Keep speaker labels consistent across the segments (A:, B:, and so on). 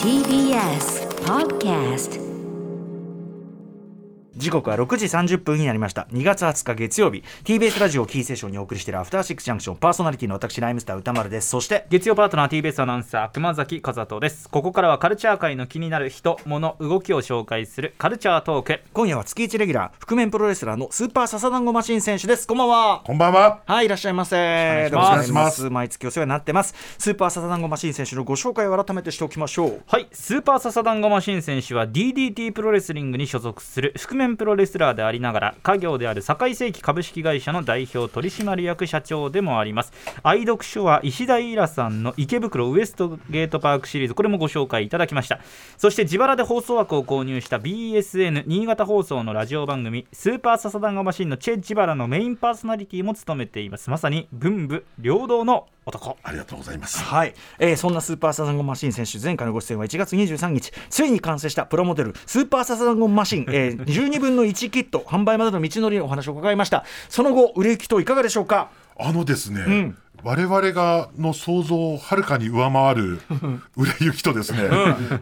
A: TBS Podcast
B: 時刻は6時30分になりました2月20日月曜日 TBS ラジオキーセーションにお送りしているアフターシックスジャンクションパーソナリティの私ライムスター歌丸ですそして
C: 月曜パートナー TBS アナウンサー熊崎和人ですここからはカルチャー界の気になる人物動きを紹介するカルチャートーク
B: 今夜は月1レギュラー覆面プロレスラーのスーパーササダンゴマシン選手ですこんばんは
D: こんばんは。
B: はいいらっしゃいませ
C: よろしくお願い
D: します
B: よろくお願いし毎月お世話になってますスーパーササダンゴマシン選手のご紹介を改めてしておきましょう
C: はいスーパーササダンゴマシン選手は DDT プロレスリングに所属する覆面プロレスラーでありながら家業である堺世紀株式会社の代表取締役社長でもあります愛読書は石田イラさんの池袋ウエストゲートパークシリーズこれもご紹介いただきましたそして自腹で放送枠を購入した BSN 新潟放送のラジオ番組スーパーササダンゴマシンのチェ・ジバラのメインパーソナリティも務めていますまさに文武両道の男
D: ありがとうございます。
B: はい、えーそんなスーパーサザンゴマシン選手前回のご出演は1月23日ついに完成したプラモデルスーパーサザンゴマシン、えー 12分の1キット販売までの道のりのお話を伺いましたその後売れ行きといかがでしょうか
D: あのですね、
B: ん
D: 我々がの想像をはるかに上回 る売れ行きとですね、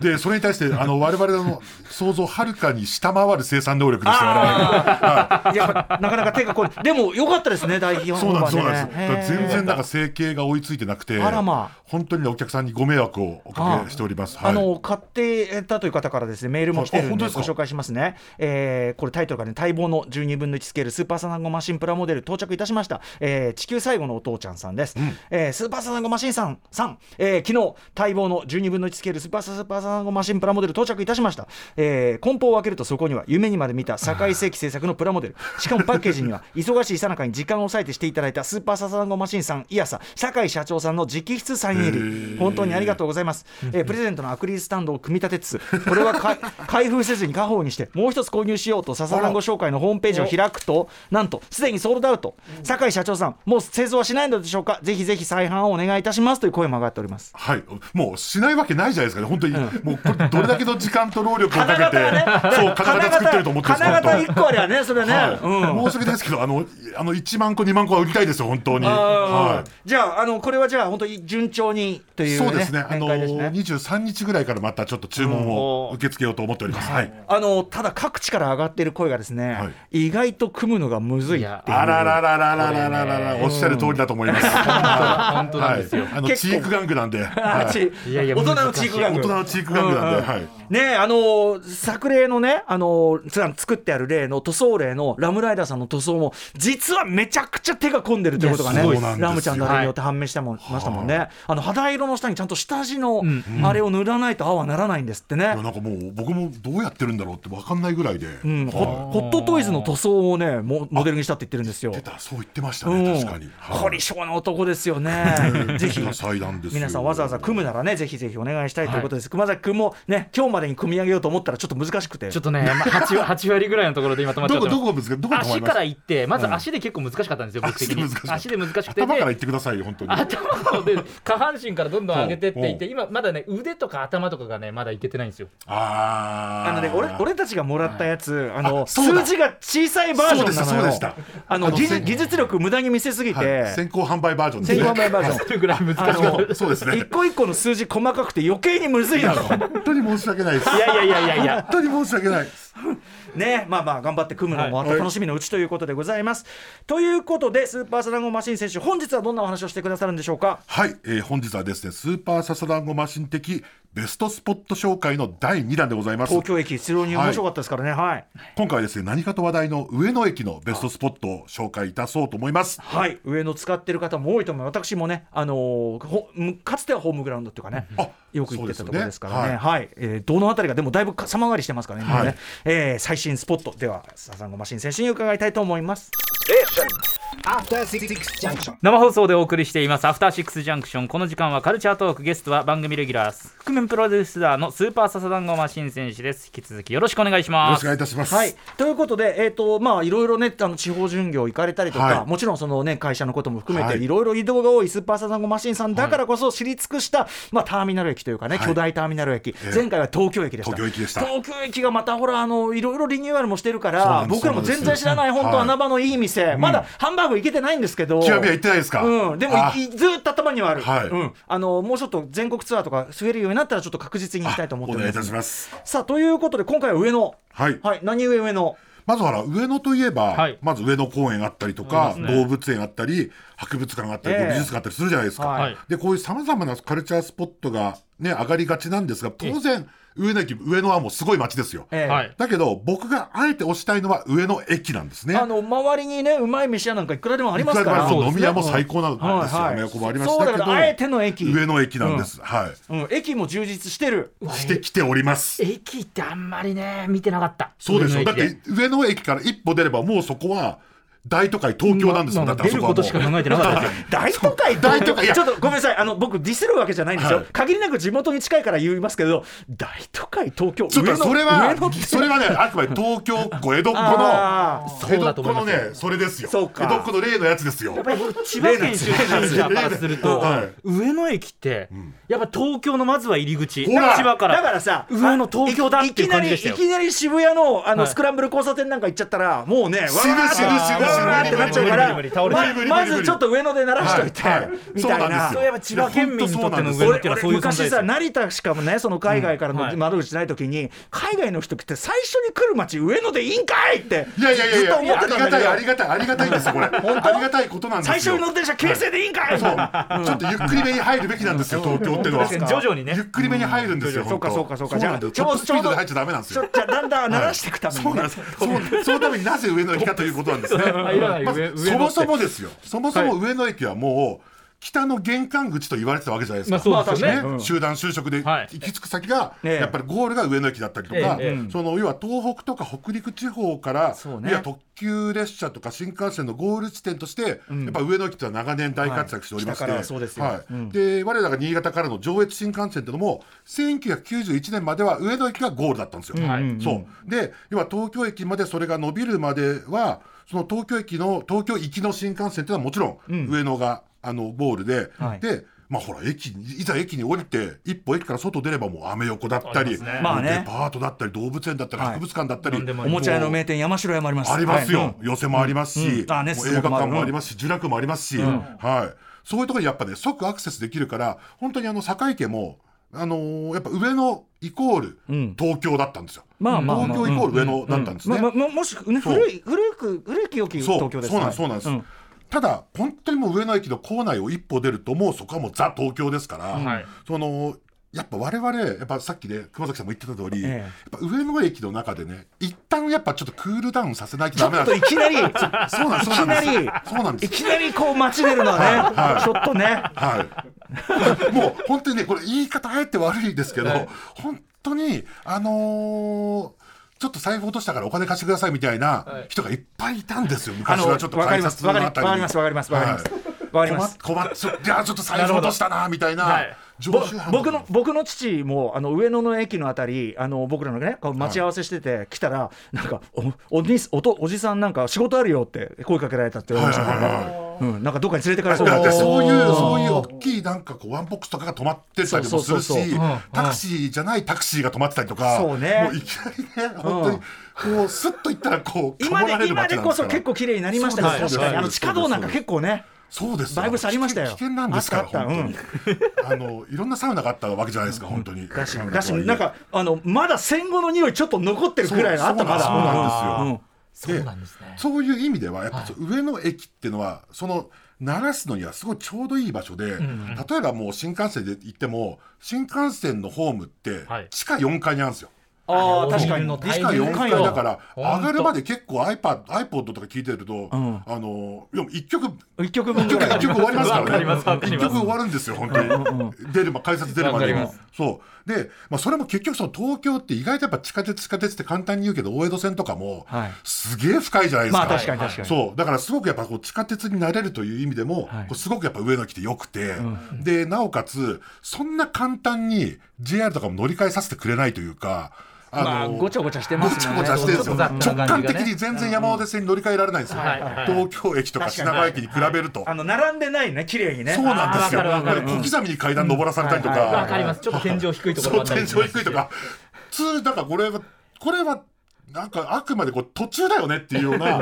D: でそれに対してあの我々の想像をはるかに下回る生産能力ですから、はい
B: やっぱなかなか手がこないでも良かったですね大企業
D: そうなん
B: の方
D: です、そうなんです。だから
B: ね
D: 全然なんか整形が追いついてなくて、
B: あらまあ
D: 本当にねお客さんにご迷惑をおかけしております。
B: あ
D: はい
B: の買ってたという方からですねメールも来てる
D: あ
B: ん
D: 本
B: で
D: 当
B: ご
D: ですか
B: 紹介しますね、えーこれタイトルがね待望の12分の1スケールスーパーサナゴマシンプラモデル到着いたしました、えー地球最後のお父ちゃんさんです、えースーパーサナゴマシンさんさん、えー昨日待望の12分の1スケールスーパーサスーパーサナゴマシンプラモデル到着いたしました、えー梱包を開けるとそこには夢にまで見た堺世紀製作のプラモデルしかもパッケージ には忙しいさなかに時間を割いてしていただいたスーパーササナゴマシンさんいやさ堺社長さんの直筆サイン入り本当にありがとうございます、えープレゼントのアクリルスタンドを組み立てつつ これは か開封せずに家宝にしてもう一つ購入しようと笹団子商会のホームページを開くとなんとすでにソールドアウト酒井社長さんもう製造はしないのでしょうかぜひぜひ再販をお願いいたしますという声も上がっております
D: はい、もうしないわけないじゃないですかね、本当に、もうこれどれだけの時間と労力を かけて、そう、金型作ってると思ってるんです
B: 金型
D: 本当
B: 1個あればねそれはね、うん
D: はい申し訳ないですけど、あの、あの1万個、2万個は売りたいですよ、本当に。は
B: じゃああのこれはじゃあ本当に順調にと
D: い。
B: いう、ね、
D: そうですね、あ
B: 展
D: の
B: 開ですね
D: 23日ぐらいからまたちょっと注文を受け付けようと思っております。はい。
B: あのただ各地から上がっている声がですね、
D: は
B: 意外と組むのがむずいっていう
D: あららららららららら、おっしゃる通りだと思います。本
C: 当なんですよ
D: あの、
B: 結
D: チ
B: 構
D: ーク玩具なんで、はい
B: あち
C: いやいや
B: 大人のチーク玩
D: 大
B: 具
D: 人のチーク玩具なんで、はい。
B: ねえあのー作例のね、あのーつまり作ってある例の塗装例のラムライダーさんの塗装も実はめちゃくちゃ手が込んでるということがね
D: いやそうなんですよ
B: ラムちゃんだれによって判明したもん、ましたもんねあの肌色の下にちゃんと下地の
C: ん
B: あれを塗らないとああはならないんですってね
D: いや、なんかもう、僕もどうやってるんだろうってわかんないぐらいで。
B: うん、ホ
D: はい
B: ホットトイズの塗装をねモモデルにしたって言ってるんですよ。
D: 出たそう言ってました
B: うん
D: ね、確かに。。
B: 凝り性の男ですよねぜひ
D: 天才なんですよ
B: 皆さんわざわざ組むならねぜひぜひお願いしたいということです。熊崎君もね今日までに組み上げようと思ったらちょっと難しくて。
C: ちょっとね、まあ、8, 割 8割ぐらいのところで今止まっちゃ
D: ど
C: って
D: こ
C: ます
D: どこが難しいどこが止ま
C: 足
D: りま
C: から
D: す
C: 行ってまず足で結構難しかったんですよ、僕的に
D: 足で難しい
C: 足で難しくて
D: 頭から言
C: で
D: ってくださいよ本当に。
C: 頭をで下半身からどんどん上げてっていって
D: う
C: 今まだね腕とか頭とかがねまだいけてないんです よ
D: あ
B: あ
D: ー
B: のね、俺俺たちがもらったやつ、あの
D: あそうだ
B: 数字が小さいバージョンなのよ
D: そうでしたそうでした
B: あの
D: あの
B: 技
D: せ
B: 術
D: ん
B: 技術力無駄に見せすぎて、
D: はい先行販売バージョンです
B: 先
D: ね
B: 行販売バージョン
C: それぐらい難し
B: あ
C: い
B: の
D: そうですね
B: 一個一個の数字細かくて余計にむずいなの
D: 本当に申し訳ないです。
C: いやいやいやいやいや
D: 本当に申し訳ない。
B: ねまあまあ頑張って組むのもまた楽しみのうちということでございます、ということでスーパーサランゴマシン選手本日はどんなお話をしてくださるんでしょうか
D: はい、えー本日はですねスーパーササダンゴマシン的ベストスポット紹介の第2弾でございます。
B: 東京駅出動に面白かったですからねはい
D: 今回はですね何かと話題の上野駅のベストスポットを紹介いたそうと思います。
B: はい、上野使ってる方も多いと思います私もね、あのーほむかつてはホームグラウンドっていうかね
D: あ
B: よく行ってた
D: そう
B: と
D: ですよね
B: ころですからね
D: はい
B: はいえーどのあたりがでもだいぶか様変わりしてますからね,、
D: はい
B: ねえー最新スポットではサザンゴマシン選手に伺いたいと思います
E: After Six Junction.
C: 生放送でお送りしています「アフターシックスジャンクション」この時間はカルチャートークゲストは番組レギュラー覆面プロデューサーのスーパーササダンゴマシン選手です引き続きよろしくお願いし
D: よろ
C: ま
D: しくお
C: す
D: 願いいたします。
B: はい、ということで、えーとまあ、いろいろねあの地方巡業行かれたりとか、
D: はい
B: もちろんその、ね、会社のことも含めて、、
D: はいい
B: ろいろ移動が多いスーパーサザンゴマシンさんだからこそ知り尽くした、まあ、ターミナル駅というかね、
D: はい
B: 巨大ターミナル駅、
D: え
B: 前回は東京駅でした
D: 東京駅でした
B: 東京駅がまたほらあのいろいろリニューアルもしてるか
D: そう
B: ら
D: なんです
B: 僕らも全然知らない
D: そうなんです
B: 本当穴場のいい店、店、まだハンバーグ行けてないんですけど、
D: 極みは行ってないですか
B: うん、でも
D: あ
B: いずーっと頭にはある、
D: はい
B: うん、あのもうちょっと全国ツアーとか増えるようになったら、ちょっと確実に行きたいと思って
D: お
B: おり
D: 願い
B: ま
D: い
B: す
D: たします。
B: さあということで、今回は上野、
D: はい。
B: はい、何故上野、
D: まずほら、上野といえば、
C: はい
D: まず上野公園あったりとか、
C: うん
D: 動物園あったり、博物館があったり、
B: ええ
D: 美術館あったりするじゃないですか。
B: はい
D: で、こういうさまざまなカルチャースポットがね、上がりがちなんですが、当然、上野駅、上野はもうすごい街ですよ。
B: ええ
C: はい
D: だけど、僕があえて推したいのは上野駅なんですね。
B: あの周りにね、うまい飯屋なんかいくらでもありますから、
D: いく
C: そ
D: らで
C: うです
D: も飲
C: ね
D: み屋も最高なんですよ、
B: はいはい
D: 米子もありまし
B: そう
D: た
B: だ
D: け
B: から
D: ど、
B: あえての駅
D: 上野駅なんです、は
B: うん、駅も充実してる、
D: い、してきております。
C: 駅ってあんまりね見てなかった
D: そうですよ。
C: 上野
D: だ
C: 駅
D: って上野駅から一歩出れば、もうそこは大都会、東京なんですよ。だ
C: ま
D: っ
C: あまあ
D: てあそ
C: 出る
D: こは
C: こ
D: も
C: と
D: う
C: しか考えてなかったですよ
B: 大都会
D: 大都会いや
B: ちょっとごめんなさいあの僕ディスるわけじゃないんですよ、
D: はい
B: 限りなく地元に近いから言いますけど大都会東京
D: ちょっとそれは
B: 上野って、
D: それはね、あくまで東京っ子、江戸っ子
B: あー
D: の、江戸っ子のね、それですよ。江
B: そ
D: 戸
B: うか
D: っ子の例のやつですよ。
C: 千葉県出身者からすると、
D: はい
C: 上野駅って、やっぱ東京のまずは入り口
D: ほら
C: 千葉から
B: だからさ
C: 上野東京だ
B: あ
C: っていう感じでしたよ
B: いきなりいきなり渋谷のあの、
C: はい
B: スクランブル交差点なんか行っちゃったらもうねわー
D: 死ぬ死ぬ死ぬ
B: わーってなっちゃうか
C: 無理無理無理無理倒
B: らま
C: れちゃう
D: 無理無理無
B: ま
D: 理
B: ずちょっと上野で鳴らしといて、
D: はいはい
B: みたい
D: そうな
B: なん
C: そ
D: ですよ
C: れはやっぱ千葉県民にとっての上野
B: 俺
C: っていうのはそうい
B: 俺
C: う存在
B: 昔
C: です
B: さ
C: よ
B: 成田しかもねその海外から
C: は
B: の
C: い
B: 窓口ない時に、海外の人来て最初に来る街上野でいいんかいって
D: いやいやいやい
B: ずっと思
D: や、
B: っ
D: あ
B: て
D: り
B: た
D: が
B: んだ
D: た
B: け
D: い、
B: ど
D: ありがたい、ありがたいんですよ、これ。ありがたいことなんですよ。
B: 最初に乗ってる人は京成でいいんかい、
D: そう、ちょっとゆっくりめに入るべきなんですよ、東京ってのは。
B: 確か
C: 徐々にね
D: ゆっくりめに入るんですよ。
B: そうかそうかそうか
D: じ
B: じゃ
D: ゃ
B: あ
D: あ、ちょっとスピードで入っちゃダメなんです
B: ちょ
D: よ。
B: じゃあだんだん鳴らしていくために、ね
D: そうなんです。そうそのためになぜ上野駅かということなんですね。
C: いらない
D: ま
C: 上
D: ず
C: 上
D: そ
C: 野
D: も
C: って
D: そもですよ。そもそも上野駅はもう北の玄関口と言われてたわけじゃないです
C: まあそう
D: か。
C: ですよね,、
D: ね集団就職で
C: はい
D: 行き着く先が、
B: ねえ
D: やっぱりゴールが上野駅だったりとか、
C: ええ
D: その要は東北とか北陸地方から、
B: そうね
D: いや特急列車とか新幹線のゴール地点として、やっぱ上野駅とは長年大活躍しておりまして、
B: はい北からはそうですよ
D: はい
B: うん
D: で我らが新潟からの上越新幹線というのも1991年までは上野駅がゴールだったんですよ。
C: はい
D: そうで要は東京駅までそれが伸びるまではその東京駅の東京行きの新幹線というのはもちろん上野が、あのゴールで、
B: はい
D: でまあほら駅にいざ駅に降りて一歩駅から外出ればもうアメ横だった
C: ありま
D: り
C: すね
B: まあね
D: デパートだったり動物園だったり
B: はい
D: 博物館だったり、
C: 何でもあ
B: お
C: り
B: もちゃ屋の名店山城屋もあります
D: ありますよ、
B: はいうん
D: 寄せもありますし、
B: うんあね
D: もう
B: す
D: 映
B: ごく
D: 画
B: もある
D: 館もありますし、呪楽もありますし、はい、そういうところにやっぱね、即アクセスできるから、本当にあの堺家も、あのーやっぱ上野イコール
B: うん
D: 東京だったんですよ、
B: まあまあまあ
D: 東京イコール上野だったんですね。
B: まあまあもし、ね、
D: そう
B: 古い古く古き良き
D: そう
B: 東京です
D: そうなんですそうなんです、
B: うん
D: ただ本当にもう上野駅の構内を一歩出るともうそこはもうザ東京ですから、
C: はい
D: そのやっぱ我々やっぱさっきね熊崎さんも言ってた通り、
B: ええ
D: やっぱ上野駅の中でね一旦やっぱちょっとクールダウンさせないと
B: ちょ
D: ダメな
B: っ
D: んで
B: と
D: す
B: いきなり
D: そうなんですそうなんで
B: い
D: す
B: きなり
D: そうなんで
B: い
D: す
B: きなりこう街出るのはね、
D: はいはい
B: ちょっとね
D: はい、 もう本当にねこれ言い方あえて悪いですけど、本当にあのーちょっと財布落としたからお金貸してくださいみたいな人がいっぱいいたんですよ、
B: あ
D: 昔
B: の
D: はちょっと
B: わかりますわかりわかりますわかりますわかります
D: はい
B: わかります
D: 困っ困っちょいやちょっと財布落としたなみたいな
C: はい
D: 常
B: ぼ
D: 習犯
B: 僕の僕の父もあの上野の駅のあたりあの僕らのねこう待ち合わせしてて、来たらなんかおおにおとおじさんなんか仕事あるよって声かけられたって言われましたからねうんなんかどっかに連れてかれそう
D: だってそういう
B: うん
D: そういう大きいなんかこうワンボックスとかが止まってたりもす
B: そ
D: る
B: うそうそう
D: し
B: そう
D: タクシーじゃないタクシーが止まってたりとか
B: そうね
D: もういきなりね本当にこうスッと行ったらこう囲
B: 今
D: まれ
B: で
D: る
B: 今
D: 街
B: で
D: なん
B: こ
D: です
B: そ
D: から
B: 結構綺麗になりましたけ
D: そ
B: ど
D: うです
B: 確
D: そう
B: か
D: です
B: にあの地下道なんか結構ね
D: そうです
B: バイブスありましたよ
D: 危険危険なんですから
B: あったあった
D: 本当 にあのいろんなサウナがあったわけじゃないですか本当に
B: だしだしなんかあのまだ戦後の匂いちょっと残ってるくらいのあったまだ
D: そうなんですよ
C: そうなんですね
D: そういう意味ではやっぱそう上野駅っていうのはその鳴らすのにはすごいちょうどいい場所で、例えばもう新幹線で行っても新幹線のホームって
C: はい
D: 地下4階にあるんですよ。
B: ああ確
C: 確か
B: か
C: に
B: に
D: 地下4階だから上がるまで結構 iPad, iPod とか聞いてると、
B: ん
D: あのいや1曲
B: 一曲分
D: 一
B: ぐ
D: 曲
B: らい
D: 一曲終わりますから
C: わかりますわ
D: ね
C: か
D: 一
C: ります
D: 曲終わるんですよ本当に出るま改札出るまでに
C: わ
D: も
C: かり
D: そうで、まあ、それも結局その東京って意外とやっぱ地下鉄地下鉄って簡単に言うけど大江戸線とかも、
B: はい
D: すげえ深いじゃないですか,、
B: まあ確かに確かに
D: そうだからすごくやっぱこう地下鉄に慣れるという意味でも、
B: はい
D: こうすごくやっぱ上野来てよくて、でなおかつそんな簡単に JR とかも乗り換えさせてくれないというかあ
B: まあごちゃごちゃしてますよね
D: ごちゃごちゃしてるんですよ
C: ちょっと雑
D: 直
C: な感
D: 感
C: じがね
D: 的に全然山手線に乗り換えられないんですよ、
C: はいはいはい
D: 東京駅とか品川駅に比べると
B: あの並んでないね綺麗にね
D: そうなんですよ。
C: あーわかるわかる
D: だから小刻みに階段登らされたりとか、
B: うんはいはい
C: わかりますちょっと天井低いとこ
D: そ
C: ろ
D: う天井低いとか、普通だからこれはこれはなんかあくまでこう途中だよねっていうような、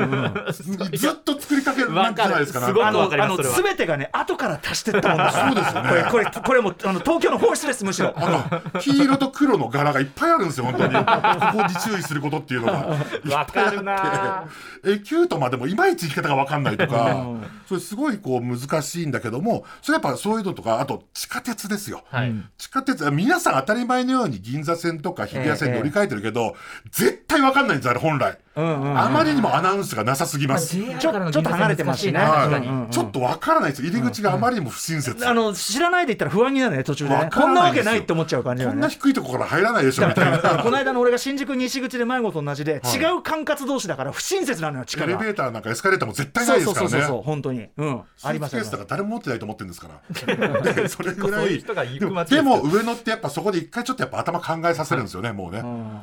D: ずっと作りかけるなんじゃないですか
C: わかる
B: あ
D: な
C: す
D: ん
C: ごくわ
B: の
C: かりま
B: あの
C: すそれは
B: 全てがね後から足してったもんだから
D: そうですよね
B: これこれこれもあの東京の本質ですむしろ
D: あの黄色と黒の柄がいっぱいあるんですよ、本当に。ここに注意することっていうのが。
C: わかるな
D: えキュートまでもいまいち生き方が分かんないとか、それすごいこう難しいんだけども、それやっぱそういうのとか、あと地下鉄ですよ。
C: はい
D: 地下鉄、皆さん当たり前のように銀座線とか日比谷線乗り換えてるけど、絶対分かんないんです、あれ本来。あまりにもアナウンスがなさすぎます。
B: ちょちょっと離れてますしね
D: は
B: 確かにうん
D: い、ちょっと分からないです入り口があまりにも不親切。
B: あの知らないで言ったら不安になるね途中でね
D: わか
B: こんな
D: らない
B: わ
D: んですよ
B: けないって思っちゃう感じ
D: こ
B: だ
D: んな
B: ね
D: 低いとこから入らないでしょ、みたい
B: だから
D: な。
B: この間の俺が新宿西口で迷子と同じで違う管轄同士だから不親切なのよ
D: エ
B: 力
D: レ
B: が
D: ベーターなんかエスカレーターも絶対な
B: そ
D: いうで
B: そ
D: す
B: う
D: か
B: そ
D: ら
B: うそう
D: ね。
B: そう本当にうんありま
D: ス
B: す
D: ー
B: あ
D: ツケース
B: り
D: だ
B: ます
D: から誰も持ってないと思ってるんで すから。でそれぐら
C: そういう
D: い。
C: 人が行
D: で
C: く
D: も
C: 街
D: でも上野ってやっぱそこで一回ちょっとやっぱ頭考えさせるんですよね、もうね。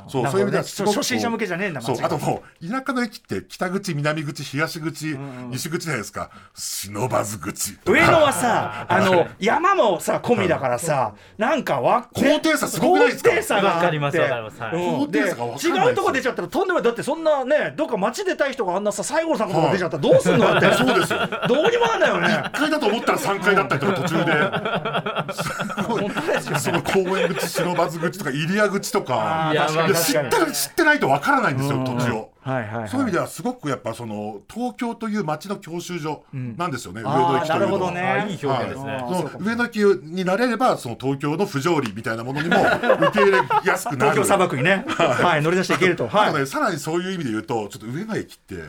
D: そう、
B: なるほどね
D: そういう意味ではすごくこう
B: 初心者向けじゃねえんだ
D: そう、
B: 街が
D: あともう、田舎の駅って北口、南口、東口、西口じゃないですか。忍ばず口。
B: 上野 はさ、あの山もさ、込みだからさ、なんかわ
D: 高低差すごくないですか
B: 高低差があって
C: わかりますわかりますはい
B: うんで
D: 高低差がわかんないですよ
B: 違うとこ出ちゃったらとんでもないだってそんなね、どっか街出たい人があんなさ、西郷さんとか出ちゃったらどうすんのだって。
D: そうですよ。
B: どうにもなんだよね
D: 1。階だと思ったら3階だったりとか 途中でその公園口忍ばず口とか入谷口とか
B: あー
D: いや
B: 確かに
D: 知
B: 確
D: った
B: から
D: 知ってないとわからないんですよ土地を。
B: はいはいはい
D: そういう意味ではすごくやっぱその東京という街の教習所なんですよね、上野
B: あー
D: 駅と
B: ないる
D: う
B: ほ
D: の
B: ど
D: は。
B: ね。
C: いい表現ですね
B: あー
D: そ
B: そう
D: の上野駅になれればその東京の不条理みたいなも のにも受け入れやすくなる
B: 東京砂漠にね、はい乗り出していけると。
D: あ
B: は
D: と
B: い。
D: ね、さらにそういう意味で言うと、ちょっと上野駅って、や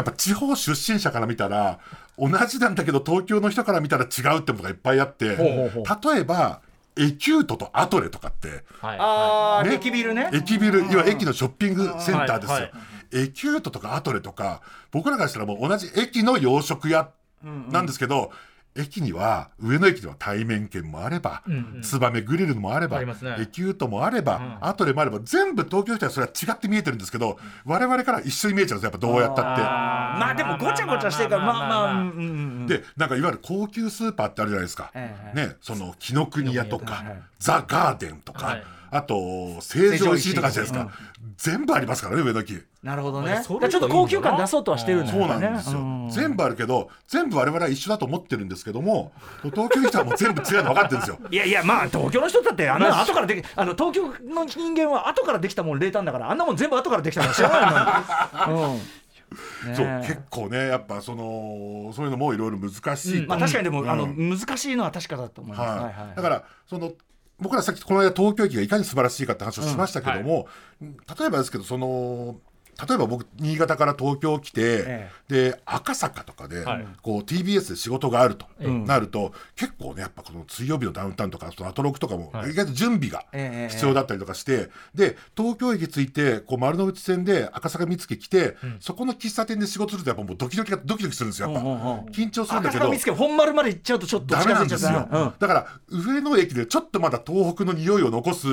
D: っぱ地方出身者から見たら、同じなんだけど、東京の人から見たら違うってことがいっぱいあって、
B: ほうほうほ
D: 例えば、エキュートとアトレとかって、
C: はい
B: あー駅ビルね。
D: 駅ビル、要は駅のショッピングセンターですよ。
C: はいはい
D: エキュートとかアトレとか、僕らからしたらもう同じ駅の洋食屋なんですけど、駅には、上野駅には対面券もあれば、ツバメグリルもあれば、
C: ありますね
D: エキュートもあれば、アトレもあれば、全部東京の人はそれは違って見えてるんですけど、我々から一緒に見えちゃうんですよ、やっぱどうやったって。
B: まあでもごちゃごちゃしてるから、まあまあうんうんうん。
D: でなんかいわゆる高級スーパーってあるじゃないですか、
B: え
D: ね、その紀ノ国屋とか、
B: はい
D: ザ・ガーデンとか、
C: はい
D: あと成城石井とかじゃないですか、全部ありますからね上野駅、
B: なるほど
C: い
B: ね。
C: や
B: ち
C: そ
B: ょ
C: れ
B: っと高級感出そうとはしてるんだ
D: そうなんですよ、
B: ね
D: 全部あるけど全部我々は一緒だと思ってるんですけども東京の人はもう全部違うの分かってるんですよ
B: いやいやまあ東京の人だってあんなの後からできあの東京の人間は後からできたもん冷淡だからあんなもん全部後からできたもん知らないのにうんねえ
D: そう結構ねやっぱそのそういうのもいろいろ難しいと、
B: まあ確かにでも、
D: うん
B: あの難しいのは確かだと思います、はい
D: は
B: はい
D: い、だからその僕らさっきこの間東京駅がいかに素晴らしいかって話をしましたけども、例えばですけどその例えば僕新潟から東京来て、
B: え
D: で赤坂とかで、
C: はい
D: こう TBS で仕事があると、
B: ん
D: なると結構ねやっぱこの水曜日のダウンタウンとかそのアトロクとかも、意外と準備が
B: ええ
D: 必要だったりとかして、で東京駅着いてこう丸の内線で赤坂見附来て、そこの喫茶店で仕事するとやっぱもうドキドキがドキドキするんですよやっぱ、
B: うんうんうん
D: 緊張するん
B: 赤
D: だけ
B: 坂
D: ど
B: 見つけ本丸まで行っちゃうとちょっと
D: ダ
B: 近
D: メな
B: づ
D: ん
B: いち
D: で
B: ゃっ
D: す
B: た
D: よ、だから上野駅でちょっとまだ東北の匂いを残 す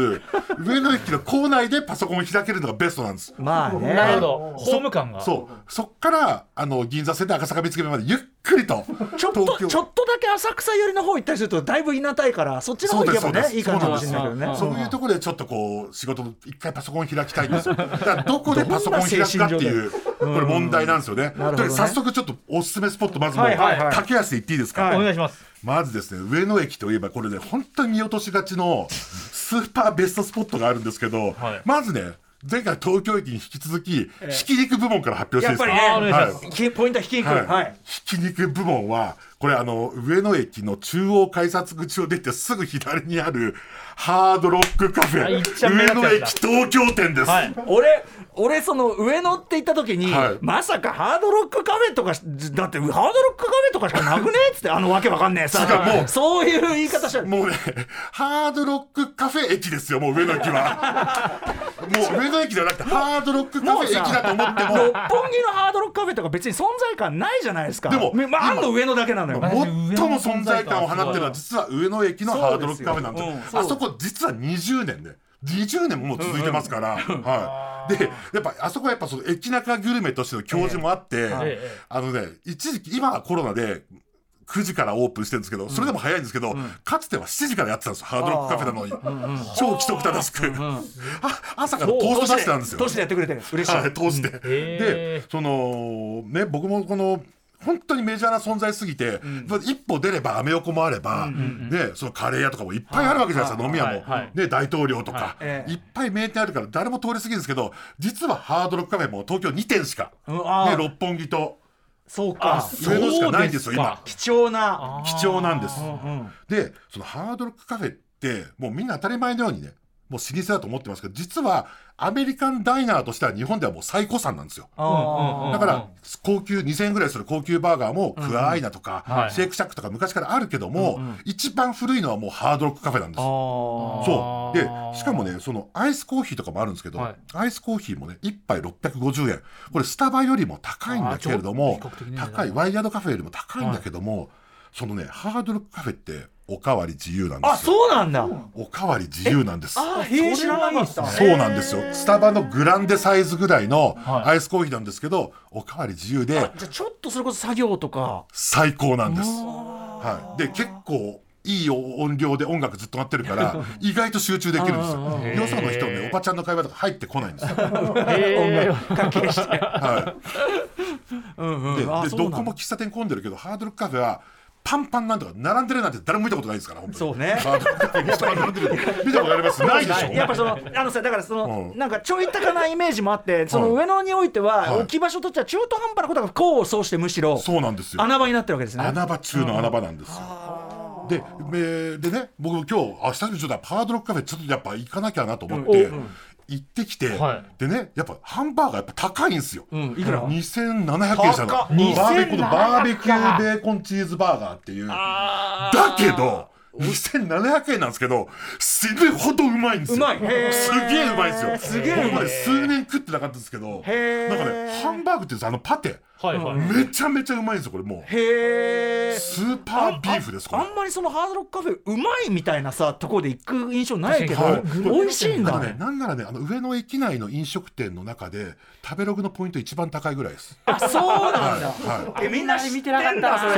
D: 上野駅の構内でパソコンを開けるのがベストなんです
B: うんまあね
C: なるほどホーム感が
D: そうそっからあの銀座線で赤坂見つけまでゆっくりと
B: ちょっ
D: 東
B: と
D: 京
B: ちょっとだけ浅草寄りの方行ったりするとだいぶ稲たいからそっちの方行けば
D: そうですそう
B: ね
D: です
B: いい感じかもしれないけどね
D: そういうところでちょっとこう仕事の一回パソコン開きたいんですよだからどこでパソコン開くかっていうこれ問題なんですよね
B: なるほどね
D: という早速ちょっとおすすめスポットまずもう
B: はいはいはい
D: 駆け足で行っていいですか、
B: はい
C: お願いします
D: まずですね上野駅といえばこれね本当に見落としがちのスーパーベストスポットがあるんですけ
C: は
D: ど、
C: い
D: まずね前回東京駅に引き続き、ひき肉部門から発表していいですか
B: やっぱりね
C: あお願いします
D: はい
B: ひポイントは引きにくい、
D: はい
B: はい
D: ひき肉部門はこれあの上野駅の中央改札口を出てすぐ左にあるハードロックカフ
C: あ
D: ェ
C: 一番目立
D: 上
C: つやつだ
D: 野駅東京店です、
C: はい
B: 俺俺その上野って行った時に、
D: はい
B: まさかハードロックカフェとかしだってハードロックカフェとかしかなくねっつってあのわけわかんねえさ
D: 違うもう
B: そういう言い方したら
D: もうねハードロックカフェ駅ですよもう上野駅は もう上野駅じゃなくてハードロックカ
B: も
D: フ
B: う
D: ェ駅
B: さ
D: だと思って
B: 六
D: も
B: 本木のハードロックカフェとか別に存在感ないじゃないですか
D: でも
B: まあ、あんの上野だけなのよ
D: 最も存在感を放ってるのは実は上野駅のハードロックカフェなんです
B: そうですようん
D: あそこ実は20年で20年ももう続いてますから、はい、でやっぱあそこはやっぱその駅中グルメとしての教授もあって、
C: ええ
D: あのね一時期今はコロナで9時からオープンしてるんですけど、それでも早いんですけど、かつては7時からやってたんですよ、ハードロックカフェなのに。超規則正しく。あ朝からトースト出してたんですよ。
B: 都市でやってくれてる嬉しい、
D: はい、通して。
C: へー
D: で、その、ね、僕もこの、本当にメジャーな存在すぎて、一歩出ればアメ横もあれば、ね、そのカレー屋とかもいっぱいあるわけじゃないですか、飲み屋
C: はいはい
D: も。ね、大統領とか、
B: ええ
D: いっぱい名店あるから誰も通り過ぎるんですけど、実はハードロックカフェも東京2店しか、
B: う
D: ね
B: んあー、
D: 六本木と
B: そうか
D: 上野しかないんですよ、今。
B: 貴重な
D: 貴重なんです。
B: うん
D: で、そのハードロックカフェって、もうみんな当たり前のようにね、もう老舗だと思ってますけど、実はアメリカンダイナーとしては日本ではもう最高産なんですよ。
B: あー
D: だから、高級、2000円ぐらいする高級バーガーも、クアアイナとか、
C: はい
D: シェイクシャックとか昔からあるけども、一番古いのはもうハードロックカフェなんです
B: あ
D: よ。
B: ー
D: そう。で
C: あー、
D: しかもね、そのアイスコーヒーとかもあるんですけど、
C: はい
D: アイスコーヒーもね、1杯650円。これスタバよりも高いんだけれども
C: あーちょっと比較的、ね
D: 高い、ワイヤードカフェよりも高いんだけども、そのね、ハードロックカフェって、おかわり自由なんで
B: あ
D: すよ。
B: そうなんだ
D: おかわり自由なんです。
B: あへえ知らなかった
D: そうなんですよ。スタバのグランデサイズぐらいの
C: はい
D: アイスコーヒーなんですけど、おかわり自由で
B: あ、じゃあちょっとそれこそ作業とか
D: 最高なんです。はい、で結構いい音量で音楽ずっと鳴ってるから 意外と集中できるんです
B: うんうん
C: うん
D: よ。よその人ねおばちゃんの会話とか入ってこない んですよ。
C: へー
B: 関係して
D: は
B: うん
D: い、で
B: うんあ
D: で
B: そうな
D: ど
B: んだ
D: こも喫茶店混んでるけどハードルカフェはパンパンなんとか並んでるなんて誰も見たことないですから本当に
B: そうね
D: ハードルカフェに人が並んでる見たことありますないでしょ
B: やっぱそのあのさだからその、
D: うん
B: なんかちょい高なイメージもあってその上野においては、
D: はい
B: 置き場所としては中途半端なことが功を奏してむしろ
D: そうなんですよ。
B: 穴場になってるわけですね
D: 穴場中の穴場なんですよ。で、えーでね、僕今日、あ、久しぶりにちょっとパードロックカフェちょっとやっぱ行かなきゃなと思って、
B: うんうん
D: 行ってきて、
C: はい
D: でね、やっぱハンバーガーやっぱ高いんですよ。
B: うんいくら
D: 2700円した
B: 高
D: の。バ
B: っ
D: ーベキュー、バーベキューベーコンチーズバーガーっていう。だけど、2700円なんですけど、死ぬほどうまいんですよ。
B: うまいへー
D: すげえうまいんですよ。
B: すげえうまい
D: ここまで数年食ってなかったんですけど、なんか
B: へー
D: ね、ハンバーグってさ、あのパテ、
C: はいはい
D: めちゃめちゃうまいんですよ、これもう。
B: へえ
D: スーパービーフですこ
B: あ
D: れ
B: あんまりそのハードロックカフェうまいみたいなさとこで行く印象ないけど、
D: はい
B: 美味しいん
D: あ
B: だ
D: のね、なんならね、あの上野駅内の飲食店の中で、食べログのポイント一番高いぐらいです。
B: あそうなんだ、
D: は
B: えみんな知ってんだそれ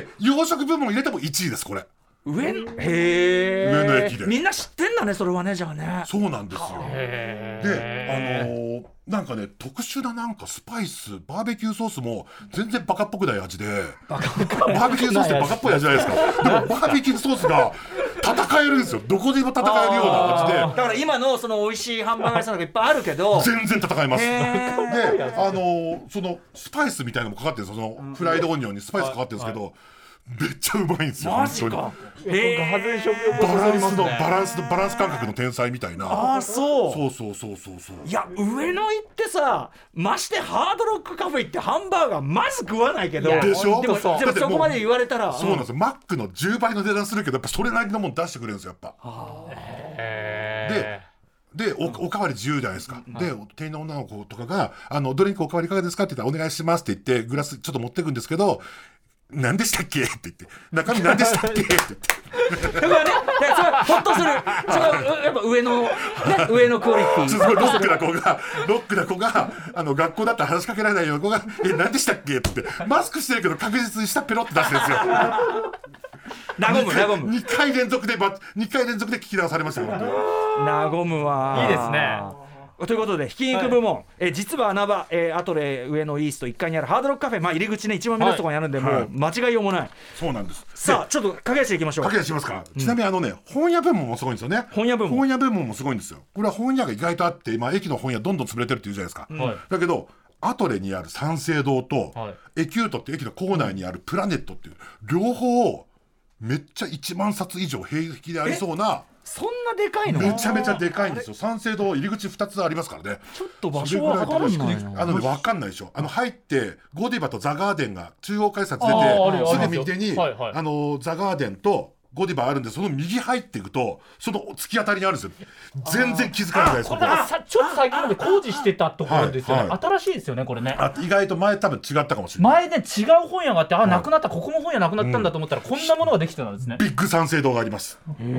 D: い。で、洋食部門入れても1位です、これ。
B: 上野へえ
D: 上野駅で
B: みんな知ってんだねそれはねじゃあね
D: そうなんですよ。
C: へ
D: で、あのーなんかね、特殊ななんかスパイス、バーベキューソースも全然バカっぽくない味で、バーベキューソースってバカっぽい味じゃないですか。でもバーベキューソースが戦えるんですよ。どこでも戦えるような味で。
B: だから今のその美味しいハンバーガー屋さんとかいっぱいあるけど
D: 全然戦います。で、
B: へー
D: あのーそのスパイスみたいなのもかかってるんですよそのフライドオニオンにスパイスかかってるんですけど、めっちゃうまいんですよ。
B: マジか
D: 本
B: へえ
D: 当にバランスのバランスのバランス感覚の天才みたいな。
B: ああそう
D: そうそうそうそうそう。
B: いや上野行ってさましてハードロックカフェ行ってハンバーガーまず食わないけど
D: でしょ
B: でも
D: だって
B: でもそこまで言われたら
D: そうなんですよ、マックの10倍の値段するけどやっぱそれなりのもん出してくれるんですよやっぱ
C: え
D: でおおかわり自由じゃないですか、で店員の女の子とかが「あのドリンクおかわりいかがですか?」って言ったら「お願いします」って言ってグラスちょっと持ってくんですけど「何でしたっけ?」って言って「中身何でしたっけ?」って言って
B: だからねだからそれはほっとするそれはうやっぱ上の、ね、上のクオリティ
D: すごいロックな子が、ロックな子が、あの、学校だったら話しかけられないような子が、え、何でしたっけって、マスクしてるけど確実に下ペロって出すんですよ。
B: 和む和む
D: 2回連続でば、2回連続で聞き直されましたよ、本当に
B: 和むわ
C: いいですね
B: ということでひき肉部門、え実は穴場、えアトレ上のイースト1階にあるハードロックカフェ、まあ、入り口ね一番目のところにあるんで、
D: はい
B: もう間違いようもない
D: そうなんです。
B: さあちょっと駆け足でいきましょう
D: 駆け出しますか、ちなみにあのね本屋部門もすごいんですよね
B: 本屋部門
D: 本屋部門もすごいんですよこれは本屋が意外とあって今駅の本屋どんどん潰れてるっていうじゃないですか、
C: はい
D: だけどアトレにある三省堂と、
C: は
D: エキュートって駅の構内にあるプラネットっていう両方をめっちゃ1万冊以上平気でありそうな
B: そんなでかいの
D: めちゃめちゃでかいんですよ三省堂入り口2つありますからね
B: ちょっと場所は分かんないな
D: あのね、わかんないでしょ。あの、入って、ゴディバとザガーデンが中央改札出
C: あーある
D: て
C: よ、
D: すぐ右手に、
C: はいはい
D: あの、ザガーデンと、ゴディバあるんで、その右入っていくと、その突き当たりにあるんですよ。全然気づかれないです、
C: こ
D: こ
C: れ
D: こ
C: なんかさちょっと最近まで工事してたところですよね、
D: はいはい
C: 新しいですよねこれね
D: あ意外と前多分違ったかもしれな
C: 前
D: い。
C: で違う本屋があってあなくなったここも本屋なくなったんだと思ったら、こんなものができてたんですね
D: ビッグ三省堂があります。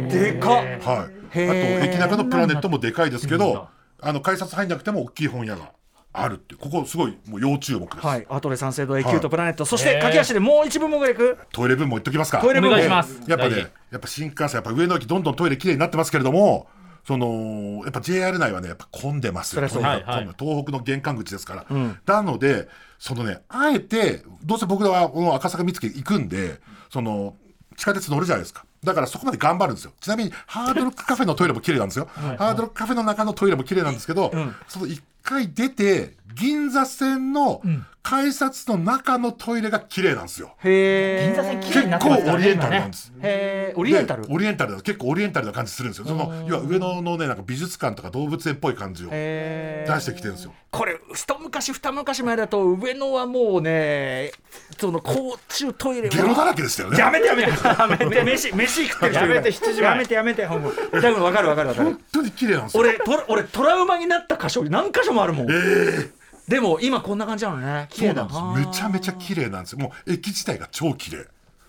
B: でかっ
D: はい。あと、
B: へー
D: 駅中のプラネットもでかいです
C: そ
D: け
C: うなん
D: ど
C: だ、
D: あの、改札入んなくても大きい本屋が。あるってここすごいもう要注目です、
B: はい、アトレ三省堂エキュートプラネット、そして駆け足でもう一分もぐらいいく
D: トイレ分も言っときますか
B: トイレ分
C: お願いします
D: やっぱ
C: 大
D: ね
C: 事
D: やっぱ新幹線やっぱ上野駅どんどんトイレきれいになってますけれどもそのやっぱ JR 内はねやっぱ混んでます
B: そりゃそう
D: とにかく
C: はいはい
D: 混む東北の玄関口ですから、なのでそのねあえてどうせ僕らはこの赤坂見附行くんでその地下鉄乗るじゃないですかだからそこまで頑張るんですよちなみにハードロックカフェのトイレも綺麗な んですよ、ハードロックカフェの中のトイレも綺麗なんですけど、その一回出て銀座線の改札の中のトイレが綺麗なんですよ、
B: へえ
C: 銀座線綺麗
D: 結
C: になって
D: 構
C: ますから
D: オ
C: ね
D: リエンタルなんです、
B: へえオ
D: オ
B: リエンタル
D: オリエンタルだ結構オリエンタルな感じするんですよその要は上野のねなんか美術館とか動物園っぽい感じを出
B: へー
D: してきてるんですよ
B: これ一昔二昔前だと上野はもうねその公衆トイレ
D: ゲロだらけでしたよね
B: やめてやめてやめて飯飯食ってる人いる
C: やめて羊前
B: やめてやめてほんまだから分かる分かる分かる
D: 本当に綺麗なんですよ
B: 俺トラ俺トラウマになった箇所何箇所もあるもん、でも今こんな感じなのね綺
D: そう
B: 麗
D: な
B: だ
D: んですめちゃめちゃ綺麗なんですよもう駅自体が超綺麗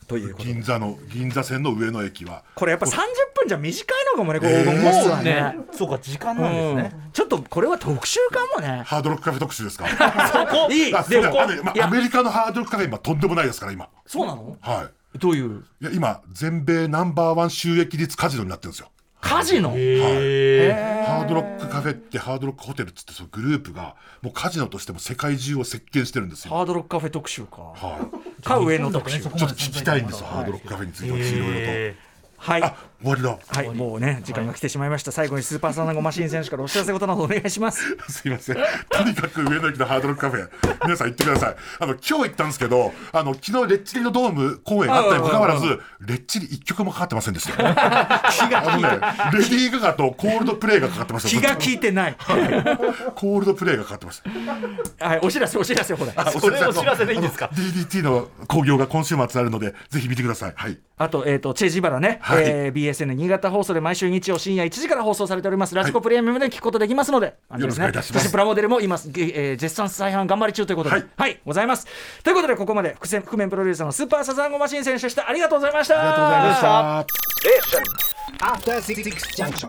B: ということ
D: 銀座の銀座線の上野駅は
B: これやっぱ30分じゃ短いのかもね、こう黄金コースはね
C: ね。そうか時間
B: う
C: なんですね、
B: んちょっとこれは特集かもね。
D: ハードロックカフェ特集ですか
B: そこいい
D: あ
B: で
D: そう
B: も
D: だあのねま
B: いや
D: アメリカのハードロックカフェ今とんでもないですから今
B: そうなの
D: は
B: どういう
D: いいや今全米ナンバーワン収益率カジノになってるんですよ
B: カジノ
D: ハードロックカフェってハードロックホテルっつってそのグループがもうカジノとしても世界中を席巻してるんですよ。
B: ハードロックカフェ特集か。
D: はい、
B: か上の特集。
D: ちょっと聞きたいんですよ、ハードロックカフェについて私いろいろ
C: え
D: と。
B: はい。
D: あ終わりだ。
B: はい、もうね、時間が来てしまいました。最後にスーパーサナゴマシン選手からお知らせ事などお願いし ます。
D: すいません。とにかく上野駅のハードロックカフェ、 皆さん行ってください。あの、今日行ったんですけど、あの、昨日レッチリのドーム公演あったにもかかわらず、レッチリ一曲もかかってません でしたよ。あのね、レディー・ガガとコールドプレイがかかってました
B: 気
D: よ。
B: が利いてない。
D: コールドプレイがかかってました。
B: はい、お知らせ、お知らせ、ほら。
D: あ
C: それお知らせでいいんですか
D: あの ?DDT の興行が今週末あるので、ぜひ見てください。はい。
B: あと、えっ、と、チェジバラね、
D: はい
B: えー BSN 新潟放送で毎週日曜深夜1時から放送されております。ラジコプレミアムで聞くことできますので、
D: よろしくお願いいたします
B: 私、プラモデルも今、げえー絶賛再販頑張り中ということで、は
D: はいい、
B: ございます。ということで、ここまで、伏線、覆面プロデューサーのスーパーサザンゴマシン選手でした。ありがとうございました。
D: ありがとうございました。
E: After Six Junction.